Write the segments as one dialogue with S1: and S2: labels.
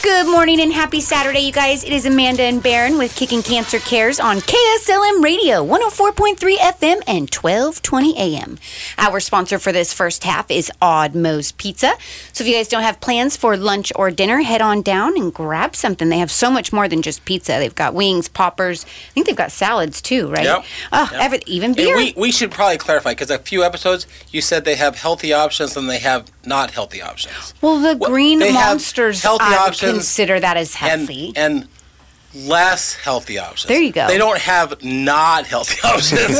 S1: Good morning and happy Saturday, you guys. It is Amanda and Baron with Kicking Cancer Cares on KSLM Radio, 104.3 FM and 12:20 AM. Our sponsor for this first half is Odd Mo's Pizza. So if you guys don't have plans for lunch or dinner, head on down and grab something. They have so much more than just pizza. They've got wings, poppers. I think they've got salads too, right?
S2: Yep.
S1: Oh, every- even
S2: And
S1: beer.
S2: we, we should probably clarify because a few episodes you said they have healthy options and they have not healthy options.
S1: well, the
S2: Well,
S1: green
S2: they have
S1: monsters.
S2: healthy
S1: I would
S2: options
S1: consider that as
S2: And,
S1: healthy.
S2: and less healthy options.
S1: There you go.
S2: They don't have not healthy options.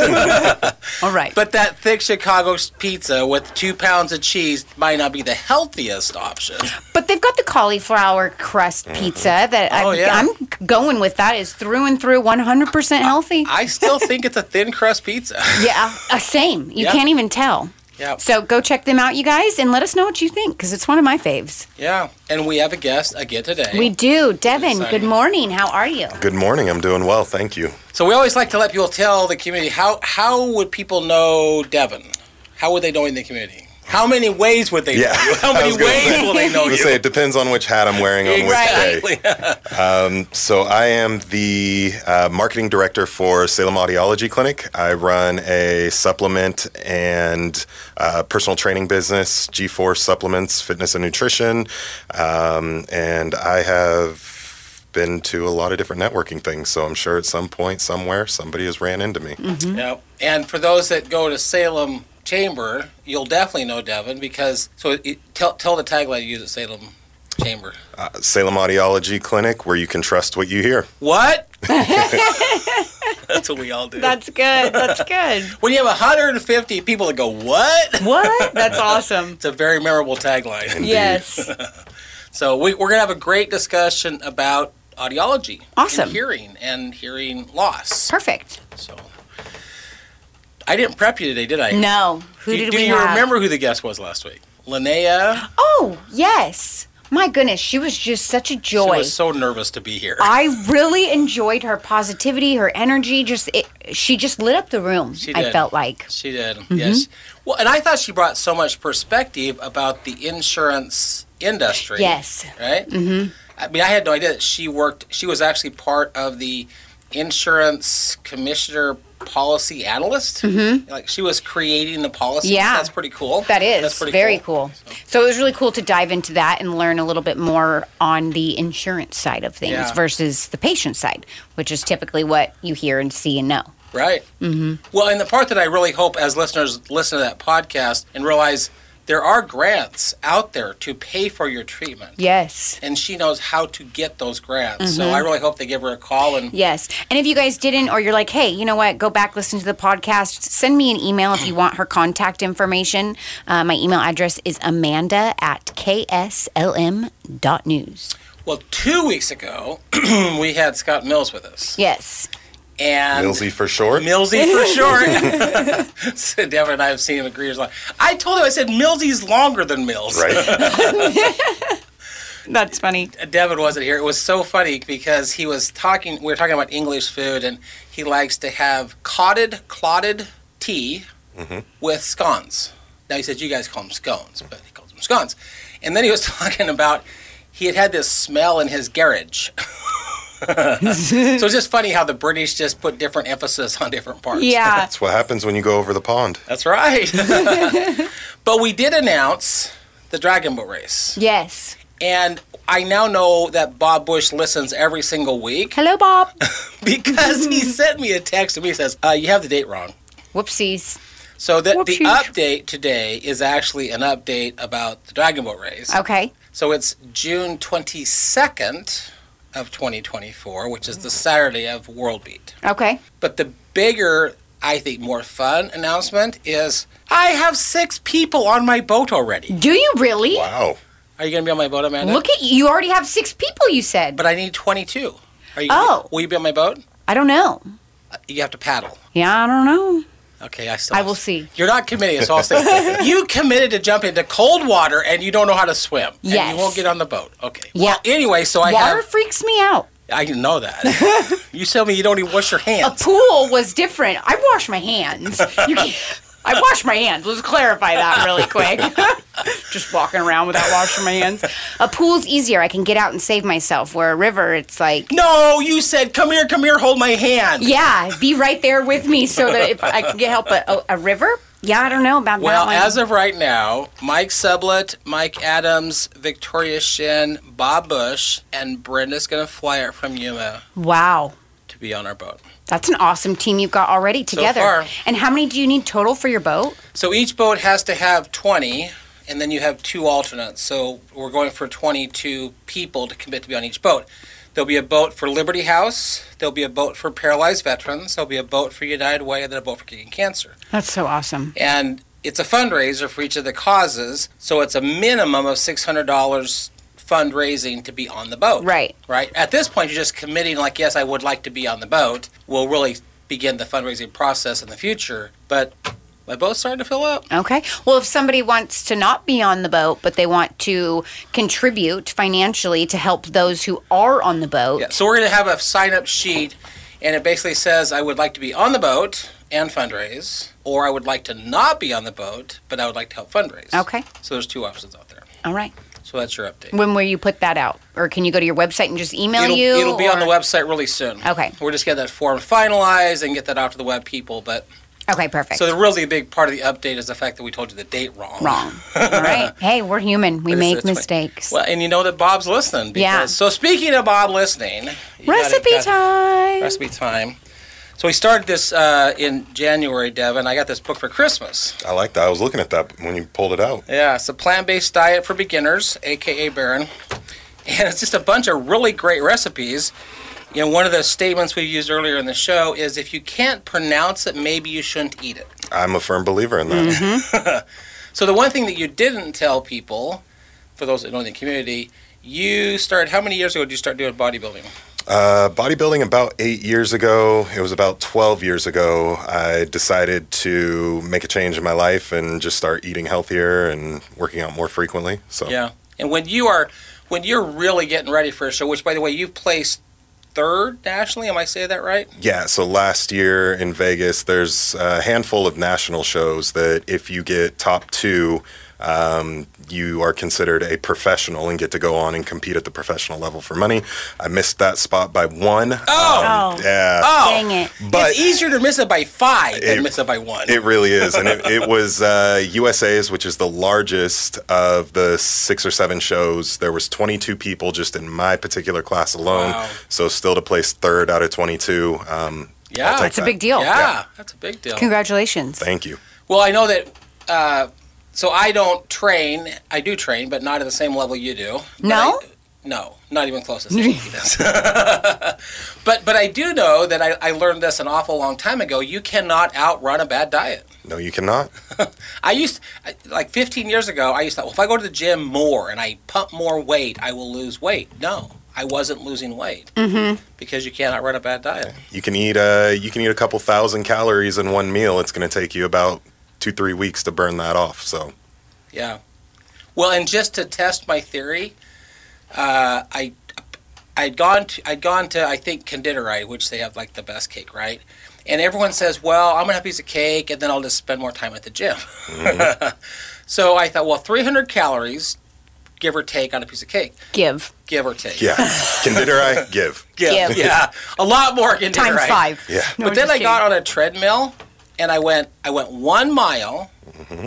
S1: All right.
S2: but that thick Chicago s- pizza with two pounds of cheese might not be the healthiest option.
S1: But they've got the cauliflower crust pizza that
S2: Oh,
S1: I'm,
S2: yeah.
S1: I'm going with. That is through and through 100% healthy.
S2: I still think it's a thin crust pizza.
S1: yeah, uh, same. You
S2: Yeah.
S1: can't even tell.
S2: Yeah.
S1: So go check them out, you guys, and let us know what you think because it's one of my faves.
S2: Yeah. And we have a guest again today.
S1: We do. Devin,
S2: Exciting.
S1: good morning. How are you?
S3: Good morning. I'm doing well, thank you.
S2: So we always like to let people tell the community how how would people know Devin? How would they know you in the community? How many ways would they
S3: Yeah,
S2: know you? How
S3: I
S2: many
S3: was gonna
S2: ways
S3: say.
S2: will they know
S3: I
S2: you?
S3: would say it depends on which hat I'm wearing on which day.
S2: exactly.
S3: So I am the uh, marketing director for Salem Audiology Clinic. I run a supplement and uh, personal training business, G4 Supplements, Fitness and Nutrition, um, and I have been to a lot of different networking things. So I'm sure at some point, somewhere, somebody has ran into me.
S2: Yep. And for those that go to Salem Chamber, you'll definitely know Devin because so it, tell tell the tagline you use at Salem Chamber.
S3: Uh, Salem Audiology Clinic, where you can trust what you hear.
S2: What? That's what we all do.
S1: good. That's good.
S2: when you have 150 people that go, "What?"
S1: what? That's awesome.
S2: It's a very memorable tagline.
S1: Yes.
S2: So we, we're gonna have a great discussion about audiology,
S1: Awesome.
S2: and hearing and hearing loss.
S1: Perfect.
S2: So I didn't prep you today, did I?
S1: No. Who
S2: Do,
S1: did
S2: do
S1: we
S2: you
S1: have?
S2: remember who the guest was last week? Linnea.
S1: Oh, yes. My goodness. She was just such a joy.
S2: She was so nervous to be here.
S1: I really enjoyed her positivity, her energy. Just it, she just lit up the room.
S2: She
S1: I
S2: did.
S1: felt like
S2: she did.
S1: Mm-hmm.
S2: Yes. Well, and I thought she brought so much perspective about the insurance industry.
S1: yes,
S2: Right. Mm-hmm. I mean, I had no idea that she worked. She was actually part of the insurance commissioner policy analyst. Mm-hmm. Like she was creating the policy.
S1: Yeah.
S2: That's pretty cool.
S1: that is
S2: That's pretty
S1: very cool. So it was really cool to dive into that and learn a little bit more on the insurance side of things
S2: Yeah.
S1: versus the patient side, which is typically what you hear and see and know.
S2: Right. Mm-hmm. Well, and the part that I really hope as listeners listen to that podcast and realize there are grants out there to pay for your treatment.
S1: Yes.
S2: And she knows how to get those grants. So I really hope they give her a call and
S1: Yes. And if you guys didn't, or you're like, hey, you know what, go back, listen to the podcast, send me an email if you want her contact information. Uh, my email address is amanda at kslm.news.
S2: well, two weeks ago we had Scott Mills with us.
S1: Yes.
S2: And
S3: Millsy for short.
S2: Millsy for short. so Devin and I have seen him agree as long. I told him I said Millsy's longer than Mills.
S3: right?
S1: That's funny.
S2: Devin wasn't here. It was so funny because he was talking. We were talking about English food, and he likes to have cotted, clotted tea with scones. Now he said you guys call them scones, but he calls them scones. And then he was talking about he had had this smell in his garage. so it's just funny how the British just put different emphasis on different parts.
S1: Yeah.
S3: That's what happens when you go over the pond.
S2: that's right. but we did announce the Dragon Boat race,
S1: yes.
S2: and I now know that Bob Bush listens every single week.
S1: Hello, Bob.
S2: because he sent me a text and he says, uh, "You have the date wrong."
S1: Whoopsies.
S2: So the, the
S1: Whoopsies.
S2: update today is actually an update about the Dragon Boat race.
S1: Okay.
S2: So it's June twenty second of twenty twenty four, which is the Saturday of World Beat.
S1: Okay.
S2: But the bigger, I think, more fun announcement is I have six people on my boat already.
S1: Do you really?
S3: Wow.
S2: Are you going to be on my boat, Amanda?
S1: Look at you. You already have six people, you said.
S2: But I need twenty two. Are you?
S1: Oh.
S2: Will you be on my boat?
S1: I don't know.
S2: You have to paddle.
S1: Yeah, I don't know.
S2: Okay, I still.
S1: I will see.
S2: You're not committing, so I'll say you committed to jump into cold water and you don't know how to swim. And
S1: Yes.
S2: you won't get on the boat. Okay.
S1: Yeah.
S2: Well, anyway, so I
S1: Water
S2: have.
S1: freaks me out.
S2: I didn't know that. you tell me you don't even wash your
S1: A
S2: hands.
S1: pool was different. I wash my hands. You can't. I wash my hands. Let's clarify that really quick. Just walking around without washing my hands. A pool's easier. I can get out and save myself. Where a river, it's like,
S2: No, you said, come here, come here, hold my hand.
S1: yeah, be right there with me so that if I can get help. A, a, a river? Yeah, I don't know about
S2: Well,
S1: that one.
S2: as of right now, Mike Sublett, Mike Adams, Victoria Shin, Bob Bush, and Brenda's going to fly out from Yuma
S1: wow.
S2: to be on our boat.
S1: That's an awesome team you've got already together.
S2: far.
S1: And how many do you need total for your boat?
S2: So each boat has to have 20, and then you have two alternates. So we're going for 22 people to commit to be on each boat. There'll be a boat for Liberty House, there'll be a boat for paralyzed veterans, there'll be a boat for United Way, and then a boat for Kicking Cancer.
S1: That's so awesome.
S2: And it's a fundraiser for each of the causes, so it's a minimum of $600 fundraising to be on the boat.
S1: Right.
S2: Right? At this point, you're just committing, like, yes, I would like to be on the boat. We'll really begin the fundraising process in the future, but my boat's starting to fill up.
S1: Okay. Well, if somebody wants to not be on the boat, but they want to contribute financially to help those who are on the boat.
S2: Yeah, so we're going to have a sign up sheet, and it basically says, I would like to be on the boat and fundraise, or I would like to not be on the boat, but I would like to help fundraise.
S1: Okay.
S2: So there's two options out there.
S1: All right.
S2: So that's your update.
S1: When will you put that out? Or can you go to your website and just email
S2: it'll,
S1: you?
S2: it'll be on
S1: or-
S2: the website really soon.
S1: Okay.
S2: We're just getting that form finalized and get that out to the web people. But
S1: Okay, perfect.
S2: so the really big part of the update is the fact that we told you the date wrong.
S1: Wrong. All right. Hey, we're human. We
S2: But it's-
S1: make
S2: it's fine.
S1: mistakes.
S2: Well, and you know that Bob's listening. Because,
S1: Yeah.
S2: So speaking of Bob listening, you gotta-
S1: Recipe
S2: gotta-
S1: time.
S2: recipe time. So we started this uh, in January, Devin. I got this book for Christmas.
S3: I like that. I was looking at that when you pulled it out.
S2: Yeah, it's a plant-based diet for beginners, aka Baron, and it's just a bunch of really great recipes. You know, one of the statements we used earlier in the show is if you can't pronounce it, maybe you shouldn't eat it.
S3: I'm a firm believer in that.
S2: So the one thing that you didn't tell people, for those that know in the community, you started how many years ago did you start doing bodybuilding?
S3: Uh, bodybuilding about eight years ago. It was about 12 years ago. I decided to make a change in my life and just start eating healthier and working out more frequently. So
S2: Yeah. And when you are when you're really getting ready for a show, which by the way, you've placed third nationally, am I saying that right?
S3: Yeah, so last year in Vegas, there's a handful of national shows that if you get top two, um, you are considered a professional and get to go on and compete at the professional level for money. I missed that spot by one. Um,
S2: Oh!
S1: Oh.
S3: yeah.
S1: Dang it.
S3: But-
S2: it's easier to miss it by five
S3: It-
S2: than miss it by one.
S3: It really is. And it, it was uh, USA's, which is the largest of the six or seven shows. There was 22 people just in my particular class alone.
S2: Wow.
S3: So still to place third out of 22. Um,
S2: Yeah.
S3: I'll take
S2: That's
S1: That's a
S3: that.
S1: big deal.
S2: yeah, that's a big deal.
S1: Congratulations.
S3: Thank you.
S2: Well, I know that. Uh, so I don't train. I do train, but not at the same level you do. But
S1: No?
S2: I- no, not even close. to Steve does. but but I do know that I, I learned this an awful long time ago. You cannot outrun a bad diet.
S3: No, you cannot.
S2: I used I- like 15 years ago. I used to. Well, if I go to the gym more and I pump more weight, I will lose weight. No, I wasn't losing weight because you cannot run a bad diet.
S3: You can eat uh, you can eat a couple thousand calories in one meal. It's going to take you about two three weeks to burn that off. So
S2: Yeah. Well, and just to test my theory, uh, I I'd gone to I'd gone to I think Conditorei, which they have like the best cake, right? And everyone says, "Well, I'm gonna have a piece of cake, and then I'll just spend more time at the gym." so I thought, well, 300 calories, give or take, on a piece of cake,
S1: Give.
S2: give or take.
S3: yeah, consider I give.
S1: Give.
S2: yeah, a lot more Conditorei.
S1: Times five.
S3: Yeah.
S1: No,
S2: but
S1: I'm
S2: then
S1: just
S2: I got
S1: kidding.
S2: on a treadmill, and I went I went one mile,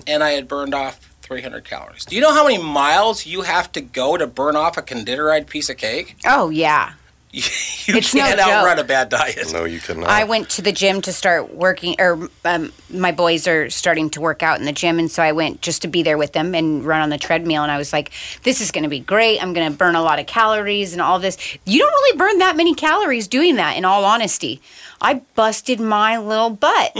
S2: and I had burned off 300 calories. Do you know how many miles you have to go to burn off a conditoried piece of cake?
S1: Oh, yeah.
S2: You
S1: It's no
S2: can't
S1: joke.
S2: outrun a bad diet.
S3: No, you cannot.
S1: I went to the gym to start working, or um, my boys are starting to work out in the gym, and so I went just to be there with them and run on the treadmill. And I was like, "This is going to be great. I'm going to burn a lot of calories and all this." You don't really burn that many calories doing that. In all honesty, I busted my little butt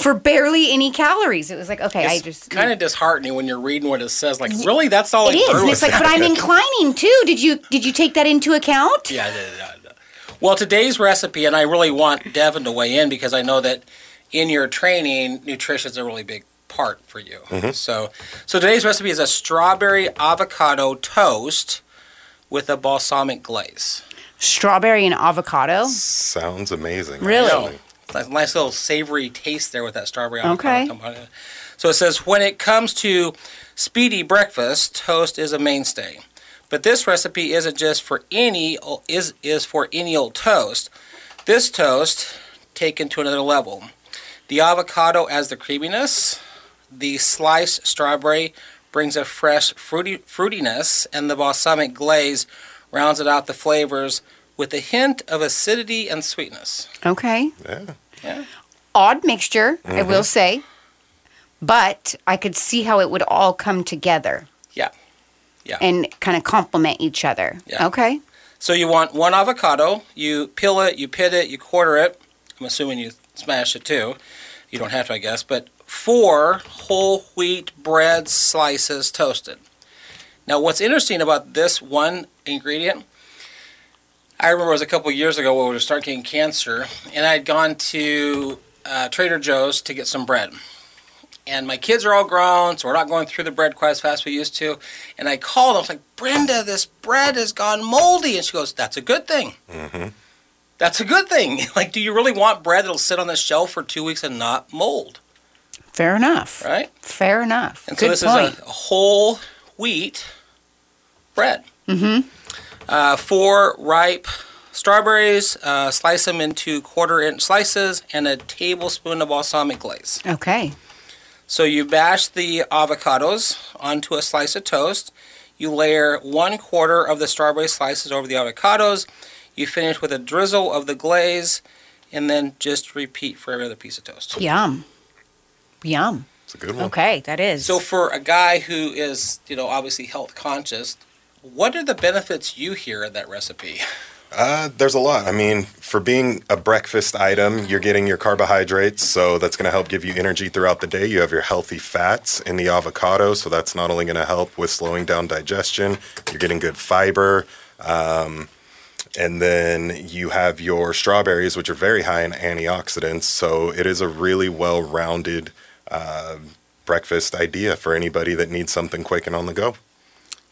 S1: for barely any calories. It was like, okay, I
S2: It's
S1: just
S2: kind of disheartening when you're reading what it says. Like, really, that's all
S1: it
S2: I
S1: is,
S2: threw
S1: and it's
S2: at
S1: like, but I'm inclining too. Did you did you take that into account?
S2: Yeah, yeah, yeah, yeah. Well, today's recipe, and I really want Devin to weigh in because I know that in your training, nutrition is a really big part for you. So, so today's recipe is a strawberry avocado toast with a balsamic glaze.
S1: Strawberry and avocado.
S3: Sounds amazing.
S1: Really?
S2: No, It's nice, nice little savory taste there with that strawberry
S1: Okay.
S2: avocado component. So it says when it comes to speedy breakfast, toast is a mainstay. But this recipe isn't just for any o- is is for any old toast. This toast taken to another level. The avocado adds the creaminess. The sliced strawberry brings a fresh fruity, fruitiness, and the balsamic glaze rounds it out the flavors with a hint of acidity and sweetness.
S1: Okay.
S3: Yeah.
S2: Yeah.
S1: Odd mixture, I
S2: Mm-hmm.
S1: will say. But I could see how it would all come together
S2: Yeah. Yeah.
S1: and kind of complement each other.
S2: Yeah.
S1: Okay.
S2: So you want one avocado. You peel it, you pit it, you quarter it. I'm assuming you smash it too. You don't have to, I guess. But four whole wheat bread slices toasted. Now, what's interesting about this one ingredient, I remember it was a couple years ago when we were starting getting cancer, and I had gone to uh, Trader Joe's to get some bread. And my kids are all grown, so we're not going through the bread quite as fast as we used to. And I called. I was like, Brenda, this bread has gone moldy. And she goes, That's a good thing.
S3: Mm-hmm.
S2: That's a good thing. like, do you really want bread that'll sit on the shelf for two weeks and not mold?
S1: Fair enough.
S2: Right?
S1: Fair enough.
S2: And
S1: Good
S2: so this
S1: point.
S2: is a whole wheat bread. Mm-hmm. Uh, four ripe strawberries, uh, slice them into quarter inch slices, and a tablespoon of balsamic glaze.
S1: okay.
S2: So you bash the avocados onto a slice of toast. You layer one quarter of the strawberry slices over the avocados. You finish with a drizzle of the glaze, and then just repeat for every other piece of toast.
S1: Yum. Yum.
S3: It's a good one.
S1: Okay, that is.
S2: So for a guy who is, you know, obviously health conscious, what are the benefits you hear in that recipe?
S3: Uh, there's a lot. I mean, for being a breakfast item, you're getting your carbohydrates, so that's going to help give you energy throughout the day. You have your healthy fats in the avocado, so that's not only going to help with slowing down digestion, you're getting good fiber. Um, and then you have your strawberries, which are very high in antioxidants, so it is a really well rounded uh, breakfast idea for anybody that needs something quick and on the go.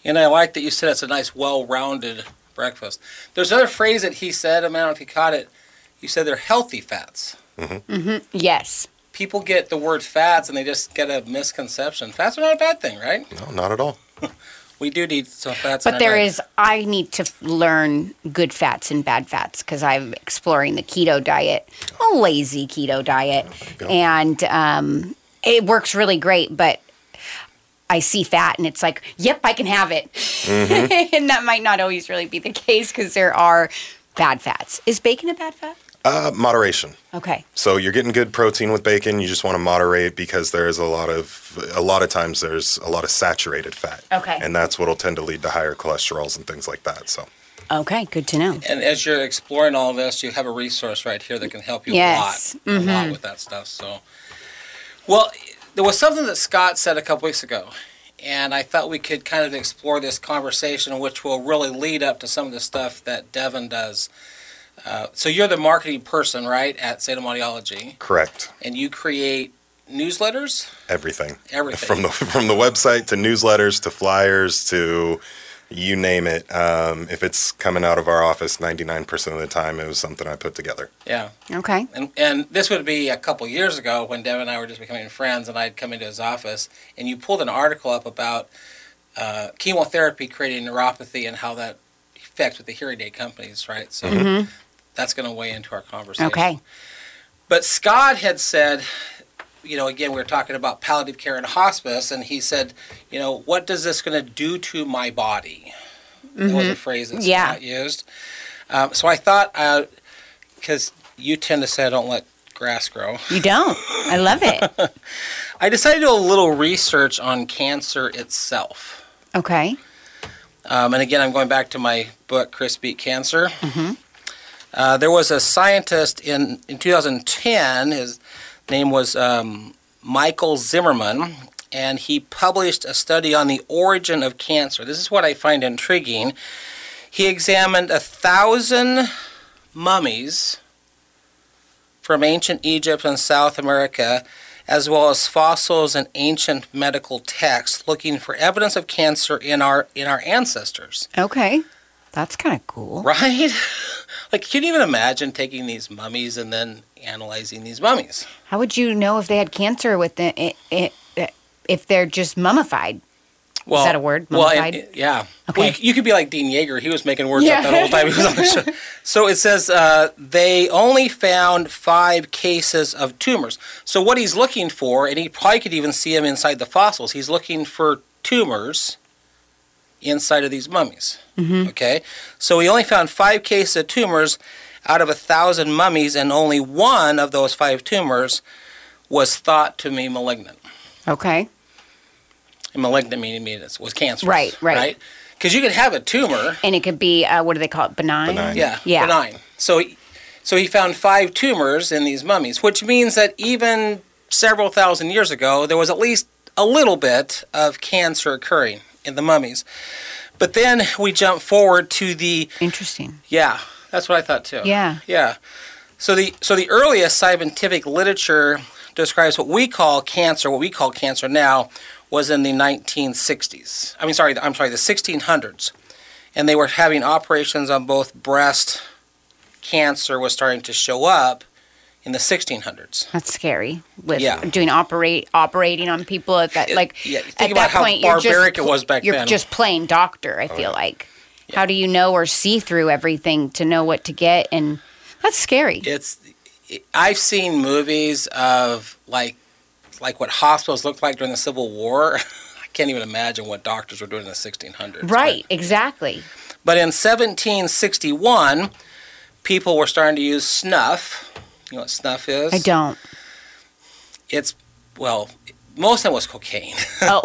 S2: And I like that you said it's a nice, well-rounded breakfast. There's another phrase that he said. I don't know if you caught it. You said they're healthy fats.
S1: yes.
S2: people get the word fats and they just get a misconception. Fats are not a bad thing, right?
S3: No, not at all.
S2: We do need some fats. in
S1: But
S2: our
S1: there
S2: diet.
S1: is, I need to learn good fats and bad fats because I'm exploring the keto diet, a lazy keto diet.
S3: go.
S1: And um, it works really great, but I see fat and it's like, yep, I can have it. and that might not always really be the case because there are bad fats. Is bacon a bad fat?
S3: Uh, moderation.
S1: Okay.
S3: So you're getting good protein with bacon. You just want to moderate because there is a lot of a lot of times there's a lot of saturated fat.
S1: Okay.
S3: And that's what'll tend to lead to higher cholesterols and things like that. So
S1: Okay. Good to know.
S2: And as you're exploring all this, you have a resource right here that can help you
S1: Yes. Mm-hmm.
S2: a lot, a lot with that stuff. So, well, there was something that Scott said a couple weeks ago, and I thought we could kind of explore this conversation, which will really lead up to some of the stuff that Devin does. Uh, so you're the marketing person, right, at Satomodiology,
S3: correct
S2: and you create newsletters,
S3: everything.
S2: everything
S3: From the from the website to newsletters to flyers to you name it. Um, if it's coming out of our office, 99% of the time it was something I put together.
S2: yeah.
S1: Okay.
S2: And, and this would be a couple years ago when Devin and I were just becoming friends, and I'd come into his office, and you pulled an article up about uh, chemotherapy creating neuropathy and how that affects with the hearing aid companies, right? So that's going to weigh into our conversation.
S1: Mm-hmm. Okay.
S2: But Scott had said, you know, again, we were talking about palliative care and hospice, and he said, you know, what does this going to do to my body? That was a phrase that
S1: Yeah.
S2: Scott used. Um, so I thought, because you tend to say I don't let grass grow,
S1: You don't. I love it.
S2: I decided to do a little research on cancer itself.
S1: Okay.
S2: Um, and again, I'm going back to my book, Chris Beat Cancer. Uh, there was a scientist in, in 2010, his name was um, Michael Zimmerman, and he published a study on the origin of cancer. This is what I find intriguing. He examined a thousand mummies from ancient Egypt and South America, as well as fossils and ancient medical texts, looking for evidence of cancer in our in our ancestors.
S1: Okay. That's kind of cool.
S2: Right? Like, can you even imagine taking these mummies and then analyzing these mummies?
S1: How would you know if they had cancer with the, i i if they're just mummified?
S2: Well,
S1: that a word?
S2: Well,
S1: Mummified?
S2: and, it- yeah.
S1: Okay.
S2: Well, you, you could be like Dean Yeager. He was making words
S1: Yeah.
S2: up that whole time he was on the show. So it says uh, they only found five cases of tumors. So what he's looking for, and he probably could even see him inside the fossils. He's looking for tumors inside of these mummies.
S1: Mm-hmm.
S2: Okay. So he only found five cases of tumors out of a thousand mummies, and only one of those five tumors was thought to be malignant.
S1: Okay.
S2: And malignant meaning meaning it was cancer.
S1: Right, right.
S2: Because you could have a tumor.
S1: And it could be, uh, what do they call it? Benign?
S3: Benign.
S2: Yeah.
S1: Yeah.
S2: Benign. So, he- so he found five tumors in these mummies, which means that even several thousand years ago, there was at least a little bit of cancer occurring in the mummies. But then we jump forward to the
S1: Interesting.
S2: yeah, that's what I thought too.
S1: Yeah.
S2: Yeah. So the so the earliest scientific literature describes what we call cancer, what we call cancer now, was in the 1960s. I mean, sorry, I'm sorry, the 1600s, and they were having operations on both breast cancer was starting to show up in the 1600s.
S1: That's scary. With
S2: Yeah.
S1: doing operate operating on people at that like
S2: yeah, think
S1: at
S2: about
S1: that
S2: how
S1: point you're
S2: barbaric
S1: just,
S2: it was back
S1: you're
S2: then.
S1: just playing doctor. I feel like. How do you know or see through everything to know what to get? And that's scary.
S2: It's I've seen movies of like like what hospitals looked like during the Civil War. I can't even imagine what doctors were doing in the 1600s. but-
S1: right. Exactly.
S2: But in 1761, people were starting to use snuff. You know what snuff is?
S1: I don't.
S2: It's, well, most of it was cocaine,
S1: Oh.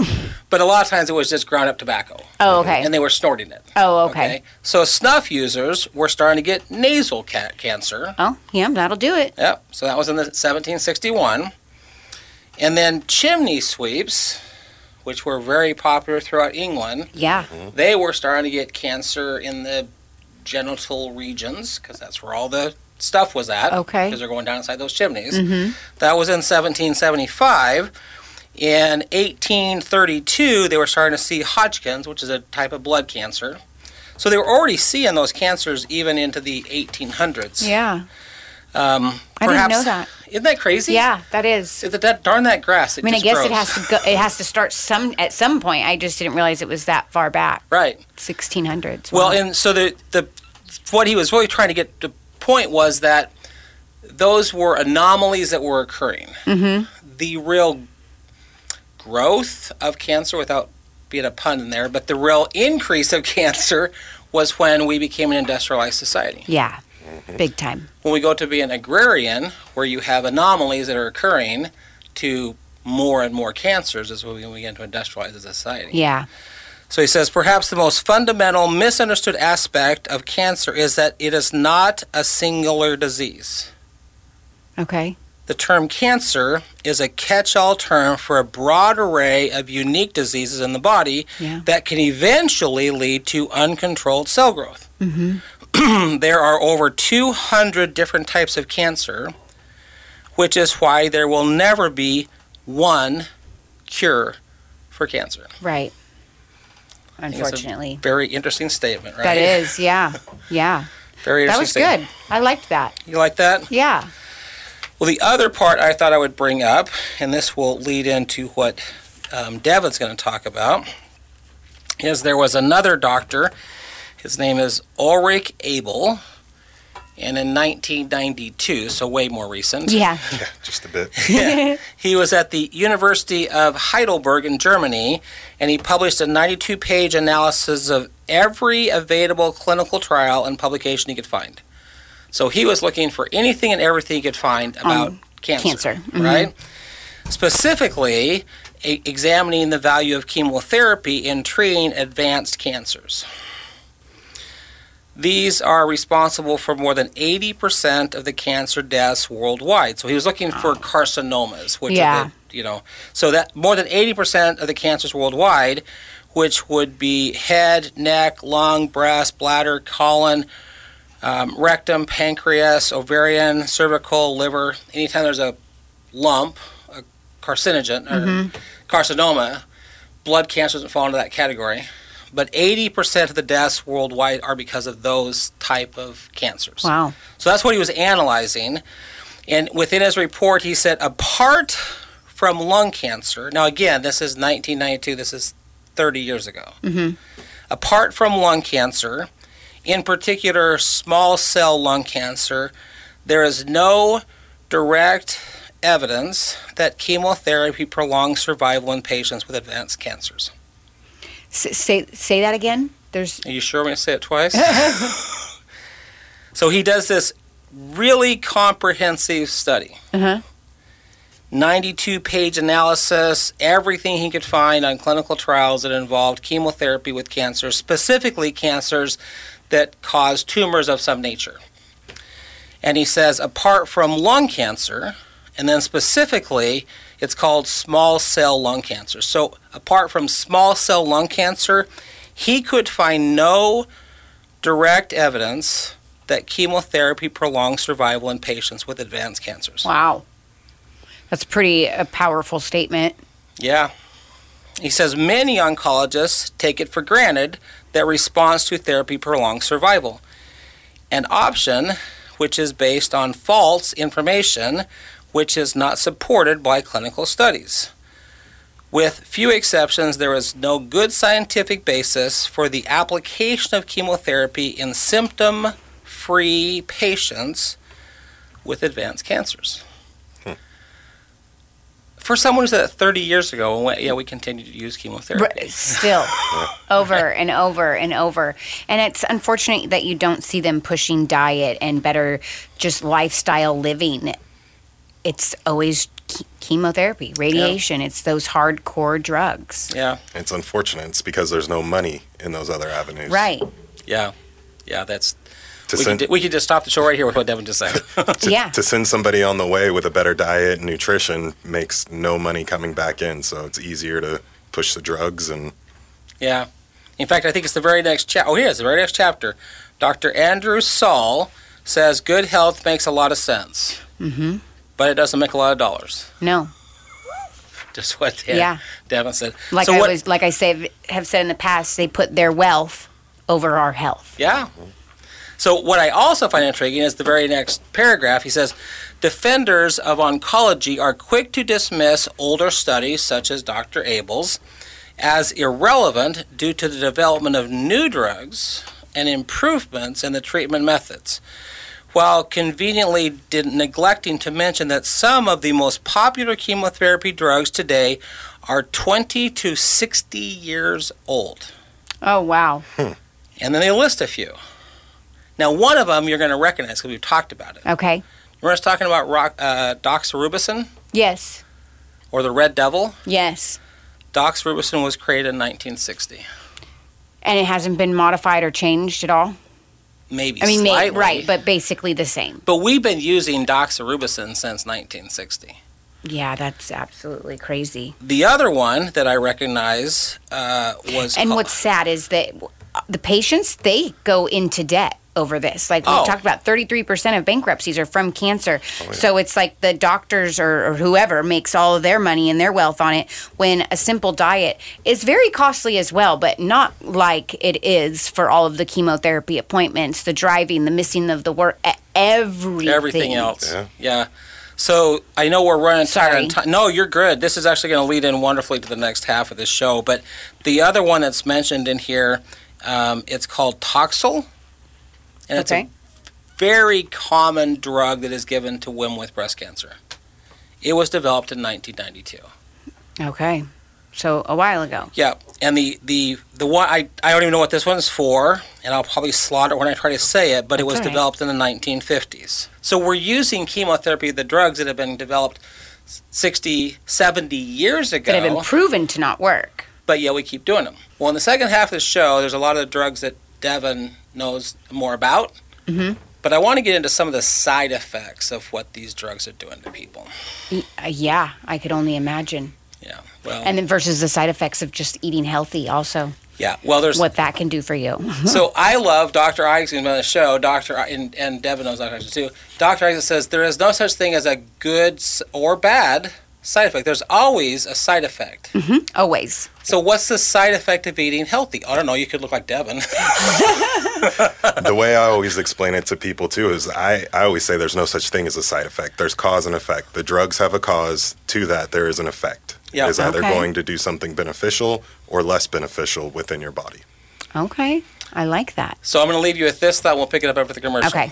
S2: but a lot of times it was just ground up tobacco.
S1: Oh. Okay.
S2: And they were snorting it.
S1: oh. Okay.
S2: So snuff users were starting to get nasal ca- cancer.
S1: Oh. Yeah. That'll do it.
S2: Yep. So that was in the 1761. And then chimney sweeps, which were very popular throughout England,
S1: Yeah.
S2: they were starting to get cancer in the genital regions because that's where all the stuff was at.
S1: Okay. Mm-hmm.
S2: Because they're going down inside those chimneys. That was in 1775. In 1832, they were starting to see Hodgkin's, which is a type of blood cancer. So they were already seeing those cancers even into the 1800s.
S1: Yeah.
S2: Um,
S1: I didn't
S2: perhaps-
S1: know that.
S2: Isn't that crazy?
S1: Yeah. That is.
S2: It's that darn that grass.
S1: I
S2: It
S1: mean, I
S2: just
S1: guess it
S2: grows.
S1: has to go. It has to start some at some point. I just didn't realize it was that far back.
S2: Right.
S1: 1600s.
S2: Well,
S1: Wow.
S2: and so the the what he was really trying to get the point was that those were anomalies that were occurring.
S1: Mm-hmm.
S2: The real growth of cancer, without being a pun in there, but the real increase of cancer was when we became an industrialized society.
S1: yeah,
S2: Mhm.
S1: big time.
S2: When we go to be an agrarian, where you have anomalies that are occurring to more and more cancers, is when we begin to industrialize as a society.
S1: Yeah.
S2: So he says, perhaps the most fundamental misunderstood aspect of cancer is that it is not a singular disease.
S1: Okay.
S2: The term cancer is a catch all term for a broad array of unique diseases in the body
S1: Yeah.
S2: that can eventually lead to uncontrolled cell growth.
S1: Mm-hmm.
S2: there are over 200 different types of cancer, which is why there will never be one cure for cancer.
S1: Right.
S2: think it's a
S1: Unfortunately.
S2: Very interesting statement, right?
S1: That is, yeah. Yeah.
S2: Very
S1: That
S2: interesting
S1: was
S2: statement.
S1: good. I liked that.
S2: You like that?
S1: Yeah.
S2: Well, the other part I thought I would bring up, and this will lead into what um, Devin's going to talk about, is there was another doctor. His name is Ulrich Abel, and in 1992, so way more recent,
S1: Yeah.
S3: Yeah, just a bit.
S2: he was at the University of Heidelberg in Germany, and he published a 92-page analysis of every available clinical trial and publication he could find. So he was looking for anything and everything he could find about cancer,
S1: cancer, mhm.
S2: right? Specifically, e- examining the value of chemotherapy in treating advanced cancers. These are responsible for more than 80% of the cancer deaths worldwide. So he was looking for carcinomas, which
S1: Yeah.
S2: are the, you know, so that more than 80% of the cancers worldwide, which would be head, neck, lung, breast, bladder, colon, um, rectum, pancreas, ovarian, cervical, liver. Anytime there's a lump, a carcinogen, or carcinoma, blood cancer doesn't fall into that category. but 80% of the deaths worldwide are because of those type of cancers.
S1: Wow.
S2: So that's what he was analyzing. And within his report, he said, apart from lung cancer, now again, this is 1992, this is 30 years ago. Apart from lung cancer, in particular small cell lung cancer, there is no direct evidence that chemotherapy prolongs survival in patients with advanced cancers.
S1: S- say say that again. There's
S2: Are you sure I'm going to say it twice? so he does this really comprehensive study.
S1: Uh-huh.
S2: 92 page analysis, everything he could find on clinical trials that involved chemotherapy with cancer, specifically cancers that cause tumors of some nature. And he says, apart from lung cancer, and then specifically, it's called small cell lung cancer. So, apart from small cell lung cancer, he could find no direct evidence that chemotherapy prolongs survival in patients with advanced cancers.
S1: wow. That's pretty a powerful statement.
S2: Yeah. He says many oncologists take it for granted that response to therapy prolongs survival. An option which is based on false information, which is not supported by clinical studies. With few exceptions, there is no good scientific basis for the application of chemotherapy in symptom free patients with advanced cancers for someone who said that 30 years ago, and went, yeah, we continue to use chemotherapy.
S1: But still, over and over and over. And it's unfortunate that you don't see them pushing diet and better just lifestyle living. It's always ch- chemotherapy, radiation, it's those hardcore drugs.
S2: Yeah,
S3: It's unfortunate. It's because there's no money in those other avenues.
S1: Right.
S2: yeah, yeah. That's
S3: To
S2: we,
S3: send,
S2: could, we could just stop the show right here with what Devin just said.
S3: to,
S1: yeah.
S3: to send somebody on the way with a better diet and nutrition makes no money coming back in. So it's easier to push the drugs and
S2: yeah. In fact, I think it's the very next chapter. Oh, here it's the very next chapter. Dr. Andrew Saul says good health makes a lot of sense,
S1: Mm-hmm.
S2: but it doesn't make a lot of dollars.
S1: No.
S2: Just what
S1: Yeah.
S2: Dan, Devin said.
S1: Like
S2: so
S1: I
S2: what,
S1: was, like I say, have said in the past, they put their wealth over our health.
S2: Yeah. So what I also find intriguing is the very next paragraph. He says, "Defenders of oncology are quick to dismiss older studies such as Dr. Abel's as irrelevant due to the development of new drugs and improvements in the treatment methods." While conveniently did, neglecting to mention that some of the most popular chemotherapy drugs today are 20 to 60 years old
S1: Oh, wow.
S2: and then they list a few. Now, one of them you're going to recognize because we've talked about it.
S1: Okay.
S2: Remember us talking about rock, uh, doxorubicin
S1: Yes.
S2: or the Red Devil?
S1: Yes.
S2: Doxorubicin was created in 1960.
S1: And it hasn't been modified or changed at all?
S2: Maybe
S1: I mean, may-
S2: slightly.
S1: right, but basically the same.
S2: But we've been using doxorubicin since 1960.
S1: Yeah, that's absolutely crazy.
S2: The other one that I recognize uh, was
S1: And
S2: called-
S1: what's sad is that the patients they go into debt over this. Like we
S2: Oh.
S1: talked about, thirty three percent of bankruptcies are from cancer. So it's like the doctors or, or whoever makes all of their money and their wealth on it. When a simple diet is very costly as well, but not like it is for all of the chemotherapy appointments, the driving, the missing of the work, e- everything.
S2: everything else.
S3: Yeah.
S2: So I know we're running tight
S1: Sorry.
S2: on time. No, you're good. This is actually going to lead in wonderfully to the next half of the show. But the other one that's mentioned in here, um, it's called Toxil, and it's
S1: Okay.
S2: a very common drug that is given to women with breast cancer. It was developed in 1992.
S1: Okay. So a while ago.
S2: Yeah, and the the the one I I don't even know what this one's for, and I'll probably slaughter it when I try to say it. But it
S1: That's
S2: was
S1: all right.
S2: developed in the 1950s. So we're using chemotherapy, the drugs that have been developed 60, 70 years ago.
S1: That have been proven to not work.
S2: but yeah, we keep doing them. Well, in the second half of the show, there's a lot of the drugs that Devin knows more about.
S1: Mhm.
S2: But I want to get into some of the side effects of what these drugs are doing to people.
S1: Y- uh, Yeah, I could only imagine.
S2: Yeah. Well.
S1: And then versus the side effects of just eating healthy, also
S2: yeah. Well, there's
S1: what that can do for you.
S2: so I love Dr. Isaac's been on the show. Dr. I- and, and Devin knows Dr. Isaac too. Dr. Isaac says there is no such thing as a good s- or bad side effect. There's always a side effect.
S1: Always.
S2: So what's the side effect of eating healthy? I don't know. You could look like Devin.
S3: the way I always explain it to people too is I, I always say there's no such thing as a side effect. There's cause and effect. The drugs have a cause. To that, there is an effect.
S2: Yeah.
S3: It is either
S1: Okay.
S3: going to do something beneficial or less beneficial within your body.
S1: Okay. I like that.
S2: so I'm going to leave you with this thought. We'll pick it up after the commercial.
S1: Okay.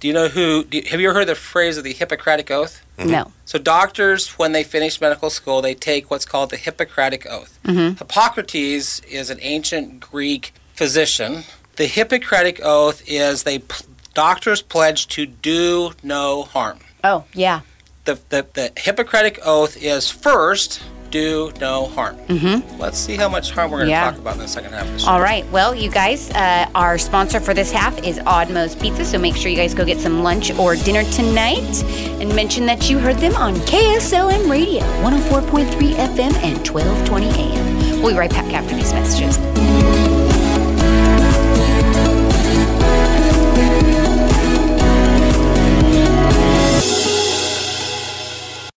S2: Do you know who? Do you, have you ever heard the phrase of the Hippocratic Oath?
S1: No.
S2: So doctors, when they finish medical school, they take what's called the Hippocratic Oath. Hippocrates is an ancient Greek physician. The Hippocratic Oath is they p- doctors pledge to do no harm.
S1: Oh, yeah.
S2: The, the, the Hippocratic Oath is first do no harm. Mm-hmm. Let's see how much harm we're going to
S1: Yeah.
S2: talk about in the second half of the show.
S1: All right. Well, you guys, uh, our sponsor for this half is Oddmo's Pizza. So make sure you guys go get some lunch or dinner tonight and mention that you heard them on KSLM Radio, 104.3 FM and 1220 AM. We'll be right back after these messages.